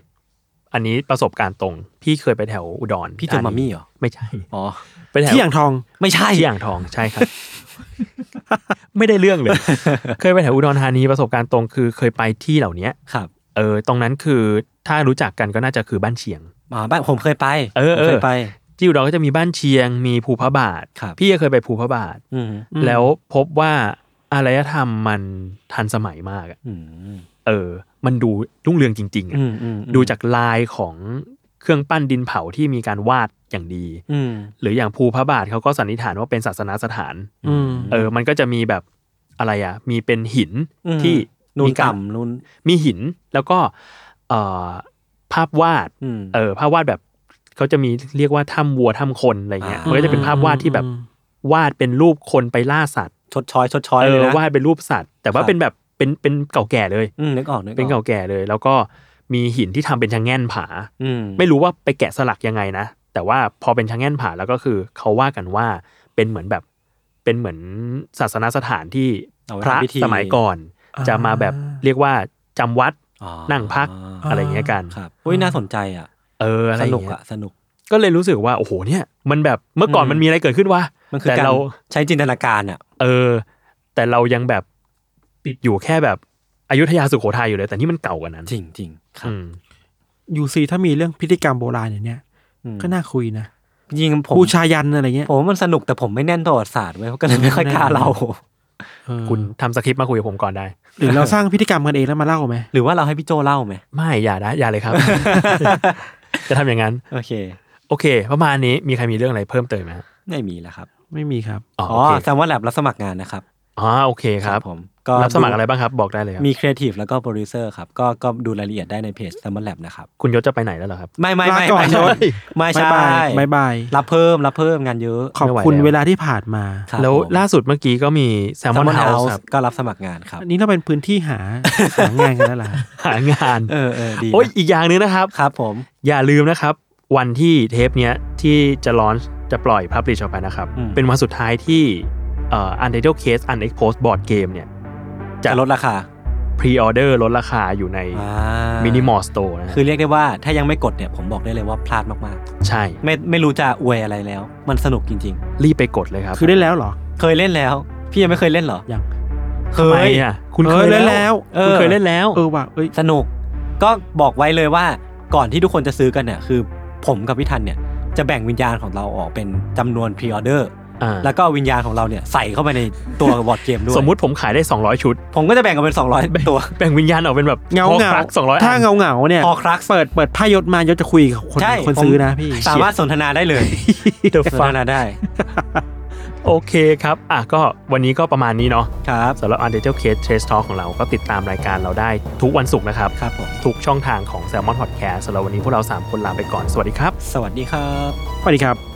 [SPEAKER 4] อันนี้ประสบการณ์ตรง พี่เคยไปแถวอุดร
[SPEAKER 2] พี่เจอมามี่เหรอ
[SPEAKER 4] ไม่ใช่
[SPEAKER 2] อ๋อ
[SPEAKER 4] ไปแถว
[SPEAKER 3] ที่อย่างทอง
[SPEAKER 2] ไม่ใช่
[SPEAKER 4] ที่อ่างทองใช่ครับ ไม่ได้เรื่องเลย *laughs* เคยไปแถวอุดรธานีประสบการณ์ตรงคือเคยไปที่เหล่าเนี้ย
[SPEAKER 2] ครับ
[SPEAKER 4] เออตรงนั้นคือถ้ารู้จักกันก็น่าจะคือบ้านเชียง
[SPEAKER 2] อ่าบ้านผมเคยไป
[SPEAKER 4] เออเอ
[SPEAKER 2] ผม
[SPEAKER 4] อ
[SPEAKER 2] เคยไป
[SPEAKER 4] ที่อุดรก็จะมีบ้านเชียง มีภูพระบาท
[SPEAKER 2] ครับ
[SPEAKER 4] พี่ก็เคยไปภูพระบาท
[SPEAKER 2] อืม
[SPEAKER 3] อืม
[SPEAKER 4] แล้วพบว่าอารยธรรมมันทันสมัยมากอะ
[SPEAKER 2] อืม
[SPEAKER 4] เออ มันดูรุ่งเรืองจริงๆอะ
[SPEAKER 2] อืมอืม
[SPEAKER 4] ดูจากลายของเครื่องปั้นดินเผาที่มีการวาดอย่างดี
[SPEAKER 2] อืม
[SPEAKER 4] หรืออย่างภูพระบาทเขาก็สันนิษฐานว่าเป็นศาสนาสถาน
[SPEAKER 3] อืม
[SPEAKER 4] เออ มันก็จะมีแบบอะไรอ่ะ มีเป็นหิน
[SPEAKER 2] อืม
[SPEAKER 4] ที่
[SPEAKER 2] นูน
[SPEAKER 4] มีการ
[SPEAKER 2] ต่ำนูน
[SPEAKER 4] มีหินแล้วก็เอ่อภาพวาด
[SPEAKER 2] อืม
[SPEAKER 4] เออ ภาพวาดแบบเขาจะมีเรียกว่าถ้ำวัวถ้ำคนอะไรเงี้ย
[SPEAKER 2] อ่ามั
[SPEAKER 4] มันก็จะเป็นภาพวาดที่แบบ
[SPEAKER 3] อืม
[SPEAKER 4] วาดเป็นรูปคนไปล่าสัตว์
[SPEAKER 2] ชดช้อยชดช้อย
[SPEAKER 4] เอ
[SPEAKER 2] เลย
[SPEAKER 4] อ
[SPEAKER 2] นะ
[SPEAKER 4] วาดเป็นรูปสัตว์ แต่ว่า
[SPEAKER 2] ครับ
[SPEAKER 4] เป็นแบบเป็นเป็นเก่าแก่เลย
[SPEAKER 2] อืมนึกออกนึกออก
[SPEAKER 4] เป็นเก่าแก่เลย แล้วก็มีหินที่ทำเป็นชะแง่นผา
[SPEAKER 2] อืม
[SPEAKER 4] ไม่รู้ว่าไปแกะสลักยังไงนะ แต่ว่าพอเป็นชางแง่นผาแล้วก็คือเขาว่ากันว่าเป็นเหมือนแบบเป็นเหมือนศาสนสถานที่
[SPEAKER 2] เอาไว้
[SPEAKER 4] พระ
[SPEAKER 2] ทำพิธี
[SPEAKER 4] สมัยก่อน
[SPEAKER 3] อ่า
[SPEAKER 4] จะมาแบบเรียกว่าจำวัด
[SPEAKER 2] อ๋อ
[SPEAKER 4] นั่งพักอะไรอย่างเงี้ยกัน
[SPEAKER 2] ครับอุ้ยน่าสนใจอ่ะ
[SPEAKER 4] เอออะไร
[SPEAKER 2] ส
[SPEAKER 4] อย่า
[SPEAKER 2] นุ
[SPEAKER 4] ง
[SPEAKER 2] ก
[SPEAKER 4] เงี้
[SPEAKER 2] อ่ะ
[SPEAKER 4] ย
[SPEAKER 2] สนุก
[SPEAKER 4] ก็เลยรู้สึกว่า โอ้โหเนี่ย มันแบบเมื่อก่อน
[SPEAKER 2] อืม
[SPEAKER 4] มันมีอะไรเกิดขึ้นวะ
[SPEAKER 2] มันคือ
[SPEAKER 4] แต่
[SPEAKER 2] การ
[SPEAKER 4] เรา
[SPEAKER 2] ใช้จินตนาการอ่ะ
[SPEAKER 4] เออ แต่เรายังแบบติดอยู่แค่แบบอยุธยาสุโขทัยอยู่เลย แต่นี่มันเก่ากว่านั้น
[SPEAKER 2] จริงจริงๆครับ
[SPEAKER 4] อืม
[SPEAKER 3] ยูซีถ้ามีเรื่องพิธีกรรมโบราณอย่างเนี้ย
[SPEAKER 2] อืม
[SPEAKER 3] ก็น่าคุยนะ
[SPEAKER 2] ยิงผม
[SPEAKER 3] บูชายันอะไรเงี้ย
[SPEAKER 2] ผมว่ามันสนุกแต่ผมไม่แน่นประวัติศาสตร์เว้ยเขาก็เลยไม่ค่อยกล้าเรา
[SPEAKER 3] เออ
[SPEAKER 4] คุณทำสคริปต์มาคุยกับผมก่อนได้
[SPEAKER 3] หรือเราสร้าง *laughs* พิธีกรรมกันเองแล้วมาเล่าไหม
[SPEAKER 2] หรือว่าเราให้พี่โจเล่าไหม
[SPEAKER 4] ไม่อย่านะอย่า
[SPEAKER 2] *laughs*
[SPEAKER 4] เลยครับ จะทำอย่างนั้น
[SPEAKER 2] โอเค
[SPEAKER 4] โอเค ประมาณนี้มีใครมีเรื่องอะไรเพิ่มเติมไหมฮะ
[SPEAKER 2] ไม่มีแล้วครับ
[SPEAKER 3] ไม่มีครับ
[SPEAKER 4] อ๋อ
[SPEAKER 2] อ๋
[SPEAKER 4] อ๋
[SPEAKER 2] อ
[SPEAKER 4] อโอเค
[SPEAKER 2] แซมว่าแลบรับสมัครงานนะครับ
[SPEAKER 4] อ๋อโอเคครับ
[SPEAKER 2] ผมก็
[SPEAKER 4] รับสมัครอะไรบ้างครับ บอกได้เลยครับ
[SPEAKER 2] มีครีเอทีฟแล้วก็โปรดิวเซอร์ครับก็ก็ดูรายละเอียดได้ในเพจแซมว่าแลบนะครับ
[SPEAKER 4] คุณยศจะไปไหนแล้วเหรอครับ
[SPEAKER 2] ไม่ไม่
[SPEAKER 3] ลา
[SPEAKER 2] ไม่
[SPEAKER 3] ก่อน
[SPEAKER 2] ไม่ใช่
[SPEAKER 3] ยศ
[SPEAKER 2] ไม่ใช่
[SPEAKER 3] บายบายบายบาย
[SPEAKER 2] รับเพิ่มรับเพิ่มงานเยอะ
[SPEAKER 3] ขอบคุณ
[SPEAKER 4] ไม่ไหวแล้ว
[SPEAKER 3] เวลาที่ผ่านมา
[SPEAKER 2] ครับ
[SPEAKER 4] แล้ว
[SPEAKER 2] ผม
[SPEAKER 4] ล่าสุดเมื่อกี้ก็มีแซลมอน
[SPEAKER 2] Salmon
[SPEAKER 4] เฮา
[SPEAKER 2] House
[SPEAKER 4] ส์ครับ
[SPEAKER 2] ก็รับสมัครงานครับ
[SPEAKER 3] อันนี้เราเป็นพื้นที่หา หางานกันแล้วล่ะ
[SPEAKER 4] หางาน
[SPEAKER 2] เออเออดีนะ
[SPEAKER 4] โอ้ยอีกอย่างหนึงนะครับ
[SPEAKER 2] ครับผม
[SPEAKER 4] อย่าลืมนะครับ วันที่เทปเนี้ยที่จะลอนจะปล่อยพับลิชออกไปนะครับ เป็นวันสุดท้ายที่เอ่อ Untitled Case Unexposed Board Game เนี่ย
[SPEAKER 2] จะลดราคา
[SPEAKER 4] พรีออเดอร์ลดราคาอยู่ใน
[SPEAKER 2] อ่า
[SPEAKER 4] มินิมอลสโตร์นะฮะ
[SPEAKER 2] คือเรียกได้ว่าถ้ายังไม่กดเนี่ยผมบอกได้เลยว่าพลาดมาก
[SPEAKER 4] ใช่
[SPEAKER 2] ๆ ไม่ไม่รู้จะอวยอะไรแล้ว มันสนุกจริง
[SPEAKER 4] รีบไปกดเลยครับ
[SPEAKER 3] คือได้แล้วเหรอ
[SPEAKER 2] ๆ เคยเล่นแล้ว พี่ยังไม่เคยเล่นเหรอ
[SPEAKER 3] ยัง
[SPEAKER 2] เค
[SPEAKER 4] ทำไม
[SPEAKER 2] ย
[SPEAKER 4] อ่ะคุณ
[SPEAKER 3] เอ
[SPEAKER 4] เค
[SPEAKER 3] อย เล่น
[SPEAKER 4] แล้ว
[SPEAKER 2] แล้ว
[SPEAKER 4] คุณเคยเล่นแล้ว
[SPEAKER 3] เออว่ะเอ้ย
[SPEAKER 2] สนุกก็บอกไว้เลยว่าก่อนที่ทุกคนจะซื้อกันเนี่ยคือ ผมกับพี่ทันเนี่ยจะแบ่งวิญญาณของเราออกเป็นจำนวนพรีออเดอร์
[SPEAKER 4] อ่า
[SPEAKER 2] แล้วก็เอาวิญญาณของเราเนี่ยใส่เข้าไปในตัวบอร์ดเกมด้วย
[SPEAKER 4] สมมุติผมขายได้ 200 ชุด
[SPEAKER 2] ผมก็จะแบ่งกันเป็น 200 ตัว
[SPEAKER 4] แบ่งวิญญาณออกเป็นแบบ
[SPEAKER 3] เงาเงา
[SPEAKER 4] สองร้อย
[SPEAKER 3] ถ้าเงาเงาเนี่ย
[SPEAKER 2] พอคลัก
[SPEAKER 3] เปิดเปิดไพ่ยศมายศจะคุยกับคน
[SPEAKER 2] ใช่
[SPEAKER 3] คน
[SPEAKER 2] ผม
[SPEAKER 3] ซื้อนะพี่
[SPEAKER 2] สามารถสนทนาได้เลย
[SPEAKER 4] เด
[SPEAKER 2] สนทนาได้
[SPEAKER 4] โอเคครับ อ่ะก็วันนี้ก็ประมาณนี้เนาะ
[SPEAKER 2] ครับ
[SPEAKER 4] สำหรับ u n d e r t a l e Case Trace Talk ของเราก็ติดตามรายการเราได้ทุกวันศุกร์นะครับ
[SPEAKER 2] ครับผม
[SPEAKER 4] ทุกช่องทางของ Salmon Podcast สำหรับวันนี้พวกเรา 3 คนลาไปก่อน สวัสดีครับ
[SPEAKER 2] สวัสดีครับ
[SPEAKER 3] สวัสดีครับ